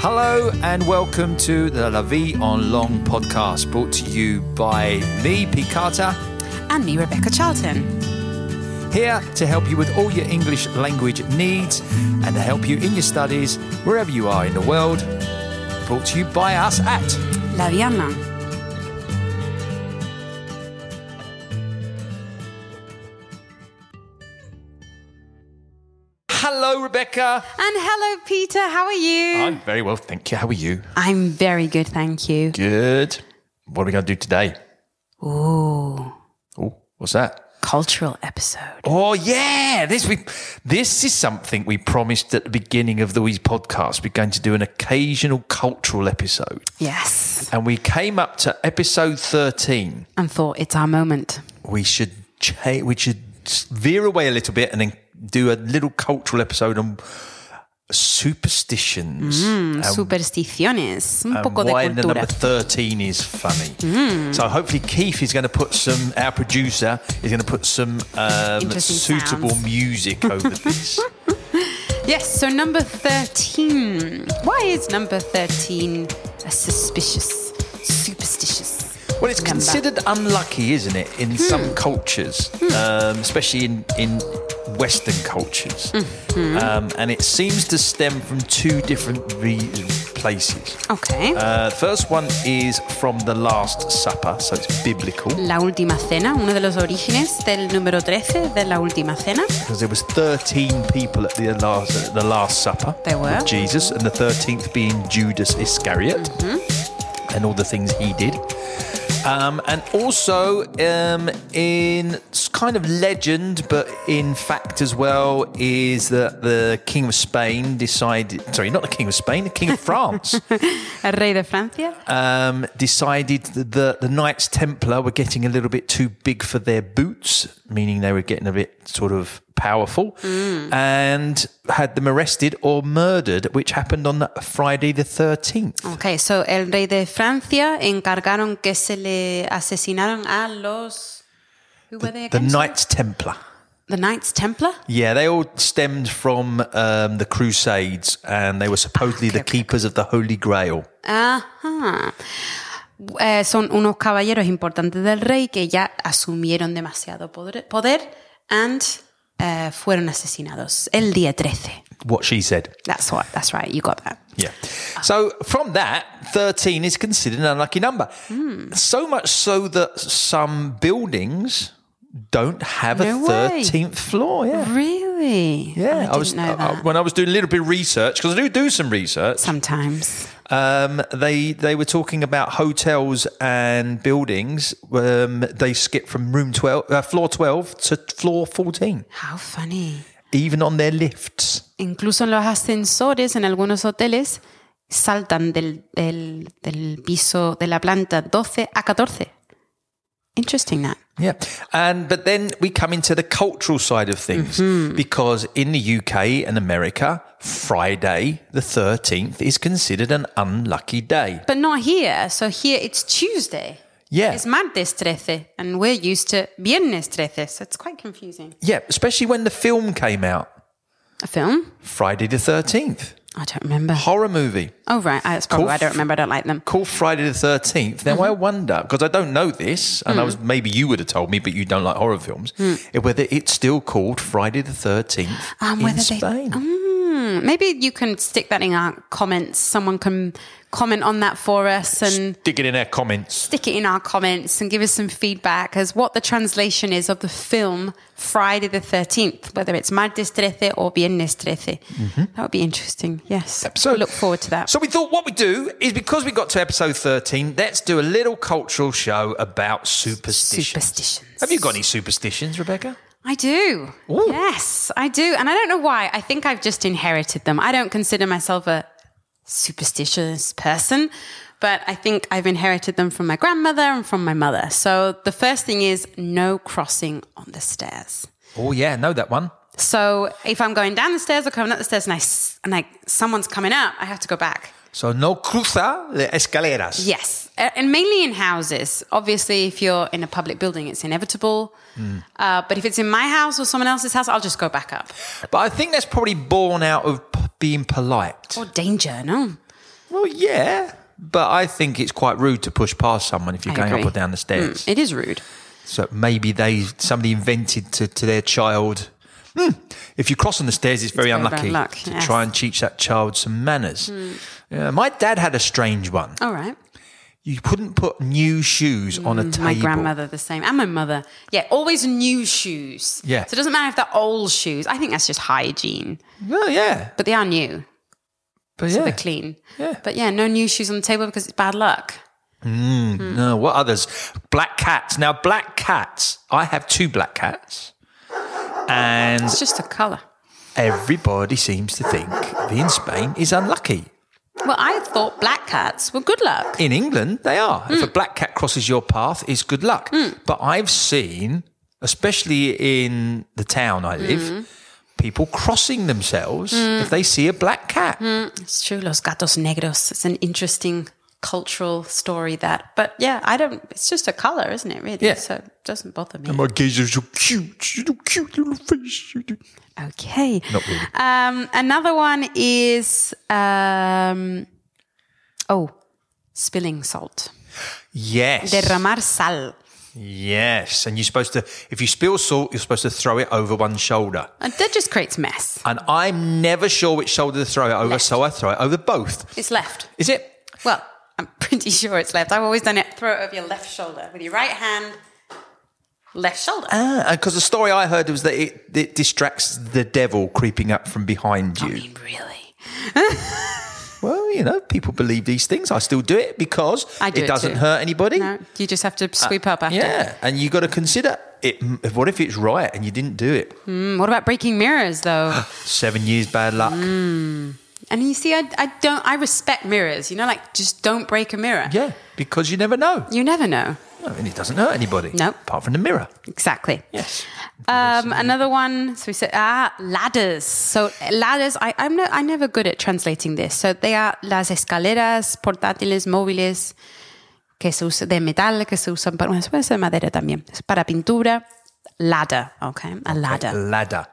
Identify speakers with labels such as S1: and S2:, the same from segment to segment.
S1: Hello and welcome to the La Vie en Long podcast, brought to you by me, Pete Carter,
S2: and me, Rebecca Charlton.
S1: here to help you with all your English language needs and to help you in your studies wherever you are in the world. Brought to you by us at.
S2: La Viana.
S1: Hello, Rebecca.
S2: And hello, Peter. How are you?
S1: I'm very well, thank you. How are you?
S2: I'm very good, thank you.
S1: Good. What are we going to do today?
S2: Ooh,
S1: Oh, what's that?
S2: cultural episode.
S1: Oh yeah, this we this is something we promised at the beginning of the Wee's podcast. We're going to do an occasional cultural episode,
S2: Yes.
S1: and we came up to episode thirteen.
S2: And thought it's our moment.
S1: We should cha- we should veer away a little bit and then do a little cultural episode on superstitions.
S2: Supersticiones. Mm, Un
S1: and
S2: poco de
S1: Um, why the number
S2: cultura. Mm.
S1: 13 is funny. So hopefully Keith is going to put some, our producer, is going to put some um,
S2: Interesting
S1: suitable
S2: sounds.
S1: music over this.
S2: Yes, so number 13. Why is number 13 a suspicious, superstitious?
S1: Well, it's
S2: number?
S1: considered unlucky, isn't it, in some cultures, um, especially in, in Western cultures. Um, and it seems to stem from two different re- places.
S2: Okay.
S1: Uh, first one is from the Last Supper, so it's biblical,
S2: la última cena, uno de los orígenes del número 13 de la última cena.
S1: because there was 13 people at the last, at the last Supper.
S2: There were.
S1: With Jesus, and the 13th being Judas Iscariot,
S2: Mm-hmm.
S1: and all the things he did. Um, and also um, in s- kind of legend, but in fact as well, is that the King of Spain decided, sorry, not the King of Spain, the King of France
S2: El rey de Francia.
S1: um, decided that the, the Knights Templar were getting a little bit too big for their boots, meaning they were getting a bit sort of powerful, and had them arrested or murdered, which happened on Friday the 13th.
S2: Ok, so el rey de Francia encargaron que se le asesinaron a los. who were they
S1: The
S2: again?
S1: Knights Templar.
S2: The Knights Templar?
S1: Yeah, they all stemmed from um, the Crusades, and they were supposedly the keepers of the Holy Grail.
S2: Ajá. Eh, son unos caballeros importantes del rey que ya asumieron demasiado poder, poder and eh, fueron asesinados el día 13.
S1: What she said.
S2: That's what, that's right, you got that.
S1: Yeah. So from that, 13 is considered an unlucky number. So much so that some buildings don't have
S2: No
S1: a
S2: way.
S1: 13th floor. Yeah.
S2: Really?
S1: Yeah,
S2: I, didn't
S1: was
S2: know
S1: I- I-
S2: that.
S1: when I was doing a little bit of research because I do do some research.
S2: Sometimes.
S1: Um, they they were talking about hotels and buildings. Um, they skip from room twelve, uh, floor twelve to floor fourteen,
S2: How funny.
S1: even on their lifts.
S2: incluso en los ascensores, en algunos hoteles, saltan del, del- del piso de la planta 12 a 14. Interesting that.
S1: Yeah. And but then we come into the cultural side of things
S2: Mm-hmm.
S1: because in the UK and America, Friday the 13th is considered an unlucky day.
S2: But not here. So here it's Tuesday.
S1: Yeah.
S2: It's martes 13 and we're used to viernes 13. So it's quite confusing.
S1: yeah, especially when the film came out,
S2: A film?
S1: Friday the 13th,
S2: I don't remember.
S1: horror movie.
S2: Oh, right. That's probably why I don't
S1: Cool.
S2: remember. I don't like them.
S1: Called Friday the 13th. Now,
S2: Mm-hmm.
S1: I wonder, because I don't know this,
S2: Mm.
S1: and I was maybe you would have told me, but you don't like horror films, whether it's still called Friday the 13th
S2: Um,
S1: in
S2: whether they-
S1: Spain.
S2: Hmm, Maybe you can stick that in our comments. Someone can comment on that for us and
S1: Dig it in our comments.
S2: stick it in our comments and give us some feedback as what the translation is of the film Friday the 13th, whether it's Martes 13 or Viernes 13. That would be interesting. Yes.
S1: So-
S2: I look forward to that.
S1: Mm-hmm. So we thought what we do is because we got to episode 13, let's do a little cultural show about superstitions.
S2: Superstitions.
S1: Have you got any superstitions, Rebecca?
S2: I do.
S1: Ooh.
S2: Yes, I do. And I don't know why. I think I've just inherited them. I don't consider myself a superstitious person, but I think I've inherited them from my grandmother and from my mother. So the first thing is no crossing on the stairs.
S1: Oh yeah, know that one.
S2: So if I'm going down the stairs or coming up the stairs and I s- and like someone's coming up, I have to go back.
S1: So no cruzar las escaleras.
S2: Yes, A- and mainly in houses. Obviously, if you're in a public building, it's inevitable.
S1: Mm.
S2: Uh, but if it's in my house or someone else's house, I'll just go back up. Oh.
S1: But I think that's probably born out of p- being polite.
S2: Or danger, no.
S1: Well, yeah, but I think it's quite rude to push past someone if you're
S2: I
S1: going
S2: agree. Mm.
S1: up or down the stairs.
S2: It is rude.
S1: So maybe they somebody invented to, to their child. "Hmm, if you cross on the stairs, it's very
S2: very bad
S1: unlucky
S2: luck,
S1: to
S2: yes. Hmm.
S1: try and teach that child some manners. Yeah, my dad had a strange one.
S2: All right.
S1: You couldn't put new shoes on a table.
S2: Hmm, My grandmother the same, and my mother. Yeah, always new shoes.
S1: Yeah.
S2: So it doesn't matter if they're old shoes. I think that's just hygiene,
S1: Well, Oh, yeah,
S2: but they are new,
S1: but
S2: so
S1: yeah.
S2: they're clean.
S1: Yeah.
S2: But yeah, no new shoes on the table because it's bad luck.
S1: No, what others? Black cats. Now, black cats. I have two black cats, and
S2: It's just a color.
S1: everybody seems to think being Spain is unlucky.
S2: Well, I thought black cats were good luck.
S1: In England, they are. If a black cat crosses your path, it's good luck. But I've seen, especially in the town I live, people crossing themselves if they see a black cat.
S2: It's true, Los Gatos Negros. It's an interesting cultural story that, but yeah, I don't. It's just a color, isn't it? Really.
S1: Yeah.
S2: So it doesn't bother me.
S1: My gaze is so cute, you know, cute little face. you know.
S2: Okay.
S1: Not really.
S2: Um, another one is um, oh, spilling salt.
S1: Yes.
S2: Derramar sal.
S1: Yes. And you're supposed to, if you spill salt, you're supposed to throw it over one shoulder.
S2: And that just creates mess.
S1: And I'm never sure which shoulder to throw it over, so I throw it over both.
S2: It's left.
S1: Is it?
S2: Well, I'm pretty sure it's left. I've always done it. Throw it over your left shoulder with your right hand. Left shoulder.
S1: Because Ah, the story I heard was that it, it distracts the devil creeping up from behind
S2: I
S1: you.
S2: mean, really.
S1: Well, you know, people believe these things. I still do it because
S2: I do
S1: it
S2: it
S1: doesn't
S2: too.
S1: hurt anybody.
S2: No, you just have to sweep up after.
S1: Uh, Yeah, and you got to consider it. m- What if it's right and you didn't do it?
S2: Mm, What about breaking mirrors, though?
S1: Seven years bad luck.
S2: Mm. and you see, I, I don't. I respect mirrors. You know, like just don't break a mirror.
S1: Yeah, because you never know,
S2: You never know.
S1: I mean, it doesn't hurt anybody.
S2: Nope.
S1: apart from the mirror.
S2: Exactly.
S1: Yes.
S2: Um, another one. So we said ah ladders. So ladders. I, I'm no. I'm never good at translating this. So they are las escaleras portátiles móviles que se usa, de metal que se usan para bueno, se puede hacer de madera también para pintura. Ladder. Okay, a ladder.
S1: Ladder.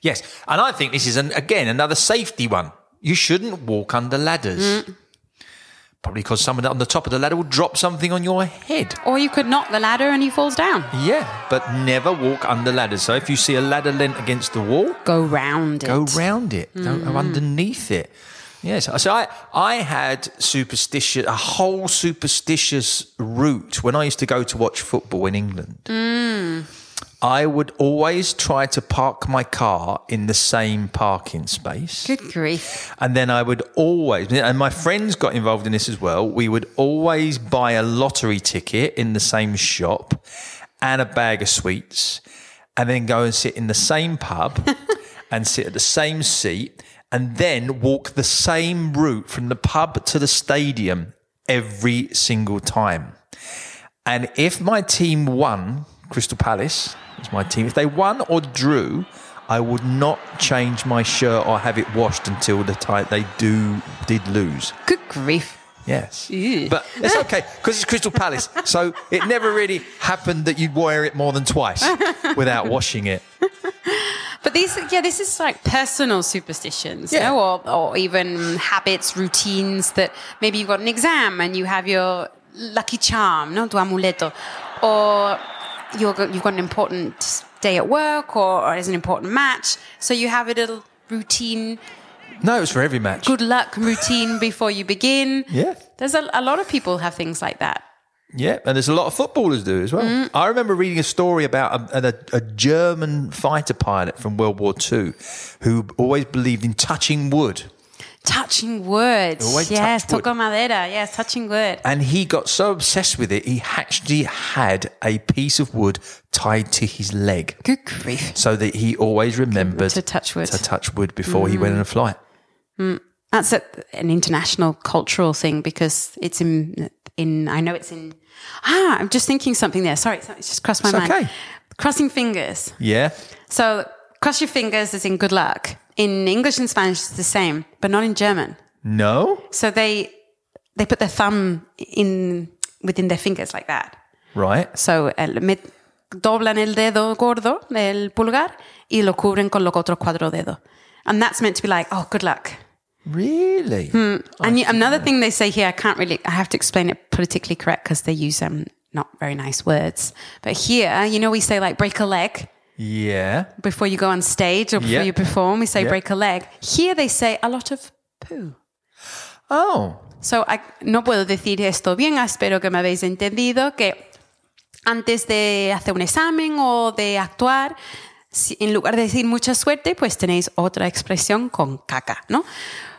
S1: Yes, and I think this is an, again another safety one. You shouldn't walk under ladders. Probably because someone on the top of the ladder will drop something on your head.
S2: Or you could knock the ladder and he falls down.
S1: Yeah, but never walk under ladders. So if you see a ladder lent against the wall,
S2: Go round it.
S1: go round it. Don't go underneath it. Yes. So I, I had superstitious, a whole superstitious route when I used to go to watch football in England. I would always try to park my car in the same parking space.
S2: Good grief.
S1: And then I would always, and my friends got involved in this as well. We would always buy a lottery ticket in the same shop and a bag of sweets, and then go and sit in the same pub and sit at the same seat, and then walk the same route from the pub to the stadium every single time. And if my team won, Crystal Palace was my team, if they won or drew, I would not change my shirt or have it washed until the time they do did lose.
S2: Good grief.
S1: Yes,
S2: Ew.
S1: but it's okay because it's Crystal Palace, so it never really happened that you'd wear it more than twice without washing it.
S2: But these, yeah, this is like personal superstitions,
S1: Yeah.
S2: you know, or, or even habits, routines that maybe you've got an exam and you have your lucky charm, no, tu amuleto, or you're, go- you've got an important day at work or, or there's an important match. So you have a little routine,
S1: No, it was for every match.
S2: good luck routine before you begin.
S1: Yeah.
S2: There's a, a lot of people have things like that.
S1: Yeah, and there's a lot of footballers do as well. I remember reading a story about a, a, a German fighter pilot from World War II who always believed in touching wood.
S2: Touching words.
S1: Always
S2: yes,
S1: touch wood.
S2: toco madera. Yes, touching wood.
S1: And he got so obsessed with it, he actually had a piece of wood tied to his leg
S2: Good grief.
S1: so that he always remembered
S2: To touch wood. Mm.
S1: to touch wood before he went on a flight.
S2: That's a, an international cultural thing because it's in in I know it's in ah I'm just thinking something there. Sorry, it's it's just crossed my
S1: It's
S2: mind.
S1: okay.
S2: Crossing fingers.
S1: Yeah.
S2: So cross your fingers is in good luck. In English and Spanish it's the same, but not in German.
S1: No.
S2: So they they put their thumb in within their fingers like that.
S1: Right.
S2: So el, met- doblan el dedo gordo del pulgar y lo cubren con los otros cuatro dedos. And that's meant to be like, oh, good luck.
S1: Really?
S2: and y another thing they say here, I can't really, I have to explain it politically correct because they use um, not very nice words. But here, you know, we say like break a leg
S1: Yeah.
S2: before you go on stage or before
S1: Yeah.
S2: you perform. We say
S1: Yeah.
S2: break a leg. Here they say a lot of poo.
S1: Oh.
S2: So, I- no puedo decir esto bien, ah, espero que me habéis entendido que antes de hacer un examen o de actuar, si- en lugar de decir mucha suerte, pues tenéis otra expresión con caca, ¿no?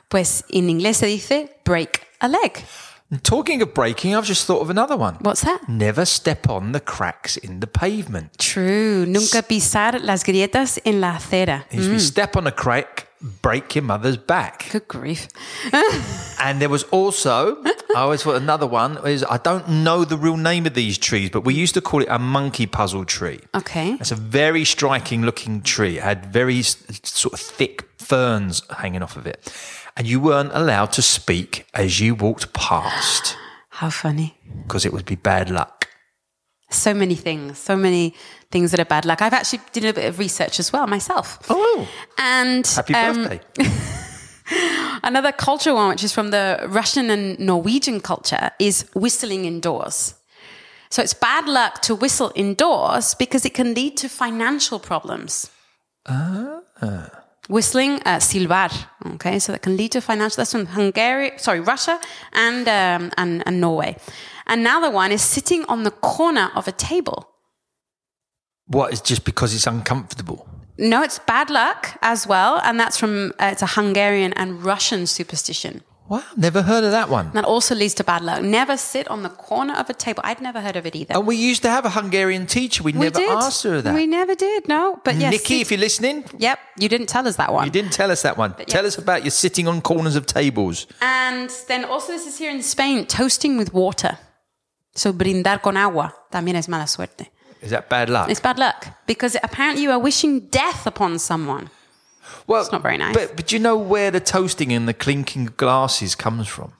S2: Pues en inglés se dice break a leg.
S1: And talking of breaking, I've just thought of another one.
S2: What's that?
S1: Never step on the cracks in the pavement.
S2: True. Nunca pisar las grietas en la acera.
S1: If you step on a crack, break your mother's back.
S2: Good grief.
S1: And there was also, I always thought another one is I don't know the real name of these trees, but we used to call it a monkey puzzle tree.
S2: Okay.
S1: It's a very striking looking tree. It had very s- sort of thick ferns hanging off of it. And you weren't allowed to speak as you walked past
S2: How funny.
S1: because it would be bad luck.
S2: So many things, so many things that are bad luck. I've actually did a bit of research as well myself.
S1: Oh,
S2: And
S1: happy
S2: um,
S1: birthday.
S2: Another culture one, which is from the Russian and Norwegian culture, is whistling indoors. So it's bad luck to whistle indoors because it can lead to financial problems. Whistling, uh, silbar. Okay, so that can lead to financial. That's from Hungary, sorry, Russia and, um, and, and Norway. Another one is sitting on the corner of a table.
S1: What is just because it's uncomfortable?
S2: No, it's bad luck as well. And that's from, uh, it's a Hungarian and Russian superstition.
S1: Wow, never heard of that one.
S2: That also leads to bad luck. Never sit on the corner of a table. I'd never heard of it either.
S1: And we used to have a Hungarian teacher. We,
S2: we
S1: Oh, never
S2: did.
S1: asked her that.
S2: We never did. No, but yes.
S1: Nikki,
S2: sit-
S1: if you're listening,
S2: yep, you didn't tell us that one.
S1: you didn't tell us that one. Tell us about your sitting on corners of tables.
S2: And then also this is here in Spain, toasting with water. So brindar con agua también es mala suerte.
S1: Is that bad luck?
S2: It's bad luck because apparently you are wishing death upon someone.
S1: well,
S2: it's not very nice.
S1: But, but do you know where the toasting and the clinking of glasses comes from?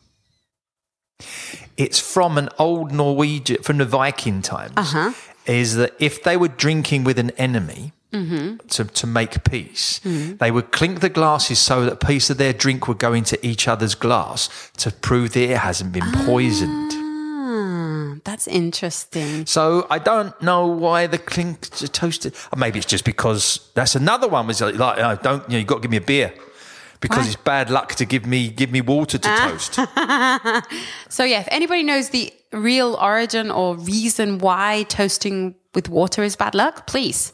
S1: It's from an old Norwegian, from the Viking times.
S2: Uh-huh.
S1: Is that if they were drinking with an enemy
S2: Mm-hmm.
S1: to, to make peace, they would clink the glasses so that a piece of their drink would go into each other's glass to prove that it hasn't been poisoned.
S2: Ah, that's interesting.
S1: So I don't know why the clink toasted. Or maybe it's just because that's another one. Was like, like oh, don't you know, you got to give me a beer because
S2: Why?
S1: it's bad luck to give me give me water to toast.
S2: So yeah, if anybody knows the real origin or reason why toasting with water is bad luck, please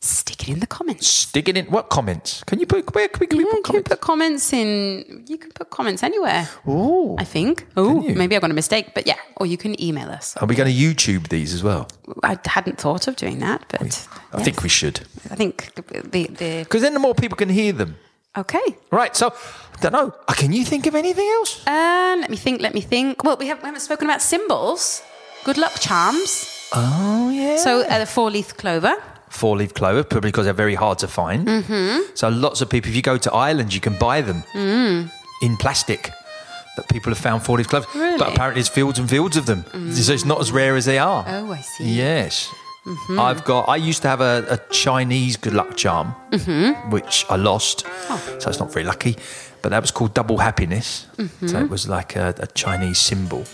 S2: stick it in the comments.
S1: Digging in what comments? Can you put where can we, can we
S2: Yeah, Mm, you
S1: put
S2: can
S1: comments?
S2: put comments in. You can put comments anywhere.
S1: Ooh.
S2: I think. Oh,
S1: you? Oh.
S2: maybe I got a mistake, but yeah. Or you can email us.
S1: Are we going to YouTube these as well?
S2: I hadn't thought of doing that, but
S1: I think we should
S2: I think the, the, the
S1: because then the more people can hear them.
S2: okay.
S1: Right. So I don't know. Uh, Can you think of anything else?
S2: Uh, let me think. Let me think. Well, we, have, we haven't spoken about symbols. Good luck charms.
S1: Oh yeah.
S2: So uh, the four leaf clover.
S1: four leaf clover, probably because they're very hard to find. Mm-hmm. So lots of people, if you go to Ireland, you can buy them
S2: Mm.
S1: in plastic. That people have found four leaf clover,
S2: Really? Mm.
S1: but apparently it's fields and fields of them. So it's not as rare as they are.
S2: Oh, Mm-hmm. I see.
S1: Yes. I've got. I used to have a, a Chinese good luck charm,
S2: Mm-hmm.
S1: which I lost,
S2: Oh.
S1: so it's not very lucky. But that was called double happiness. So
S2: Mm-hmm.
S1: it was like a, a Chinese symbol.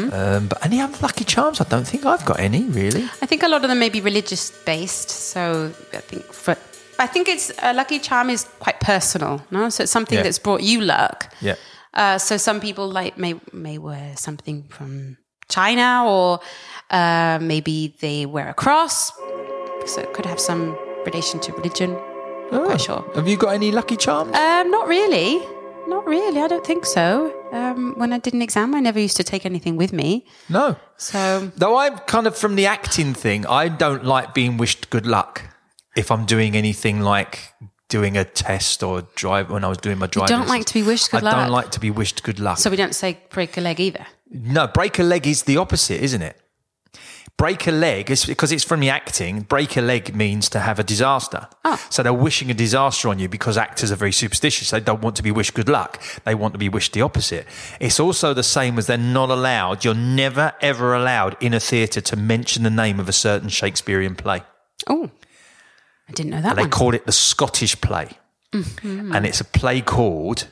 S1: Um, but any other lucky charms? I don't think I've got any really.
S2: I think a lot of them may be religious based. So I think for. I think it's a lucky charm is quite personal, no? So it's something
S1: Yeah.
S2: that's brought you luck.
S1: Yeah.
S2: Uh, so some people like may may wear something from China, or uh, maybe they wear a cross, so it could have some relation to religion. Not
S1: Oh.
S2: quite sure.
S1: Have you got any lucky charms?
S2: Um, not really, not really. I don't think so. Um, when I did an exam, I never used to take anything with me.
S1: No.
S2: So
S1: Though I'm kind of from the acting thing, I don't like being wished good luck if I'm doing anything like doing a test or drive when I was doing my driving.
S2: don't like to be wished good
S1: I
S2: luck?
S1: don't like to be wished good luck.
S2: so we don't say break a leg either.
S1: no, break a leg is the opposite, isn't it? Break a leg is because it's from the acting. Break a leg means to have a disaster.
S2: Oh.
S1: So they're wishing a disaster on you because actors are very superstitious. They don't want to be wished good luck. They want to be wished the opposite. It's also the same as they're not allowed. You're never ever allowed in a theatre to mention the name of a certain Shakespearean play.
S2: Oh, I didn't know that
S1: They
S2: one.
S1: call it the Scottish play, and it's a play called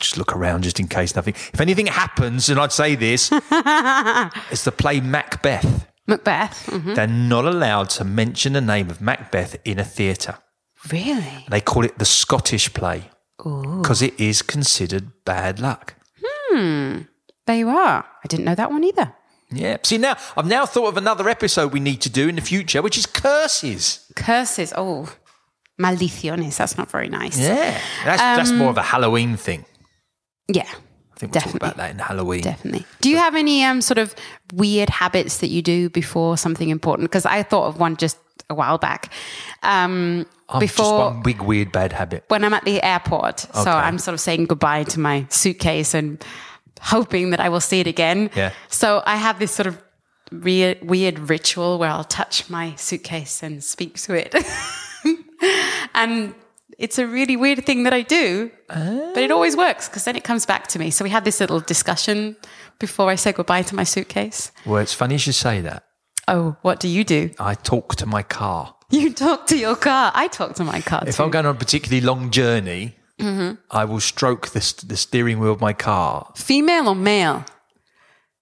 S1: just look around just in case nothing. If anything happens, and I'd say this, it's the play Macbeth.
S2: Macbeth. Mhm.
S1: They're not allowed to mention the name of Macbeth in a theatre.
S2: Really?
S1: They call it the Scottish play because it is considered bad luck.
S2: There you are. I didn't know that one either.
S1: Yeah. See, now I've now thought of another episode we need to do in the future, which is curses.
S2: Curses. Oh, maldiciones. That's not very nice.
S1: Yeah. That's, that's more of a Halloween thing.
S2: Yeah,
S1: I think we'll
S2: Definitely.
S1: talk about that in Halloween.
S2: definitely. Do you have any um, sort of weird habits that you do before something important? Because I thought of one just a while back. Um,
S1: I'm Oh, just
S2: before
S1: one big weird bad habit.
S2: when I'm at the airport. So I'm sort of saying goodbye to my suitcase and hoping that I will see it again.
S1: Yeah.
S2: So I have this sort of weird, weird ritual where I'll touch my suitcase and speak to it. and it's a really weird thing that I do, but it always works because then it comes back to me. So we had this little discussion before I said goodbye to my suitcase.
S1: Well, it's funny you should say that.
S2: Oh, what do you do?
S1: I talk to my car.
S2: You talk to your car. I talk to my car.
S1: If
S2: too.
S1: I'm going on a particularly long journey,
S2: Mm-hmm.
S1: I will stroke the, st- the steering wheel of my car.
S2: Female or male?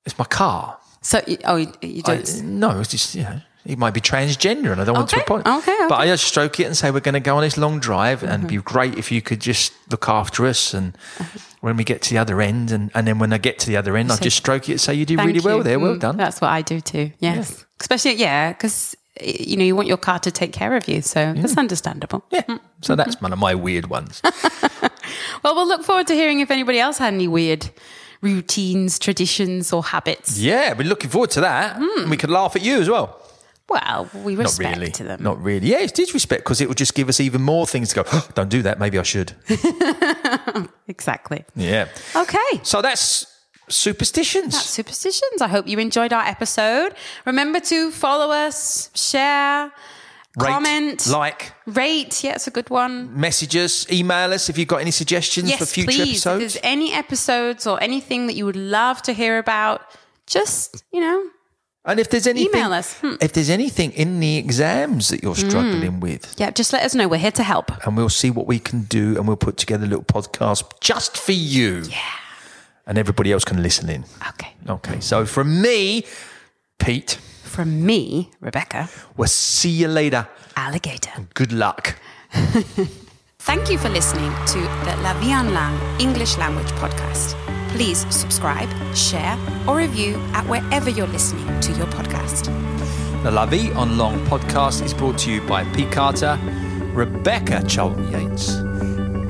S1: It's my car.
S2: So, you, oh, you, you
S1: I-
S2: don't.
S1: no, it's just, you know, it might be transgender and I don't want to
S2: Okay,
S1: apologize.
S2: okay, Mm-hmm.
S1: But I just stroke it and say, we're going to go on this long drive and it'd be great if you could just look after us. And
S2: Uh-huh.
S1: when we get to the other end, and, and then when I get to the other end, I just stroke it and say, you do
S2: Thank
S1: really well
S2: you.
S1: there. Well
S2: Mm,
S1: done.
S2: That's what I do too. Yes.
S1: Yeah.
S2: Especially, yeah, because, you know, you want your car to take care of you. So that's understandable.
S1: Yeah.
S2: mm-hmm.
S1: So that's one of my weird ones.
S2: Well, we'll look forward to hearing if anybody else had any weird routines, traditions, or habits.
S1: yeah. We're looking forward to that. And we could laugh at you as well.
S2: Well, we
S1: Not
S2: Hmm. respect
S1: really.
S2: to them.
S1: Not really. Yeah, it's disrespect because it would just give us even more things to go, "Oh, don't do that. Maybe I should.
S2: Exactly.
S1: Yeah.
S2: Okay.
S1: So that's superstitions.
S2: Superstitions. I hope you enjoyed our episode. Remember to follow us, share,
S1: Rate,
S2: comment,
S1: like,
S2: rate. Yeah, it's a good one.
S1: message us, email us if you've got any suggestions
S2: yes,
S1: for future
S2: please.
S1: episodes.
S2: If there's any episodes or anything that you would love to hear about, just you know,
S1: and if there's anything,
S2: email us. Hmm.
S1: If there's anything in the exams that you're struggling with,
S2: yeah, just let us know. We're here to help.
S1: and we'll see what we can do, and we'll put together a little podcast just for you. Yeah. And everybody else can listen in.
S2: Okay.
S1: Okay. So from me, Pete,
S2: From me, Rebecca,
S1: we'll see you later.
S2: alligator.
S1: Good luck.
S2: Thank you for listening to the La Vie en Lang English language podcast. Please subscribe, share, or review at wherever you're listening to your podcast.
S1: The La Vie on Long podcast is brought to you by Pete Carter, Rebecca Charlton Yates,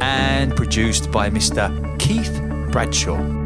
S1: and produced by Mr. Keith Bradshaw.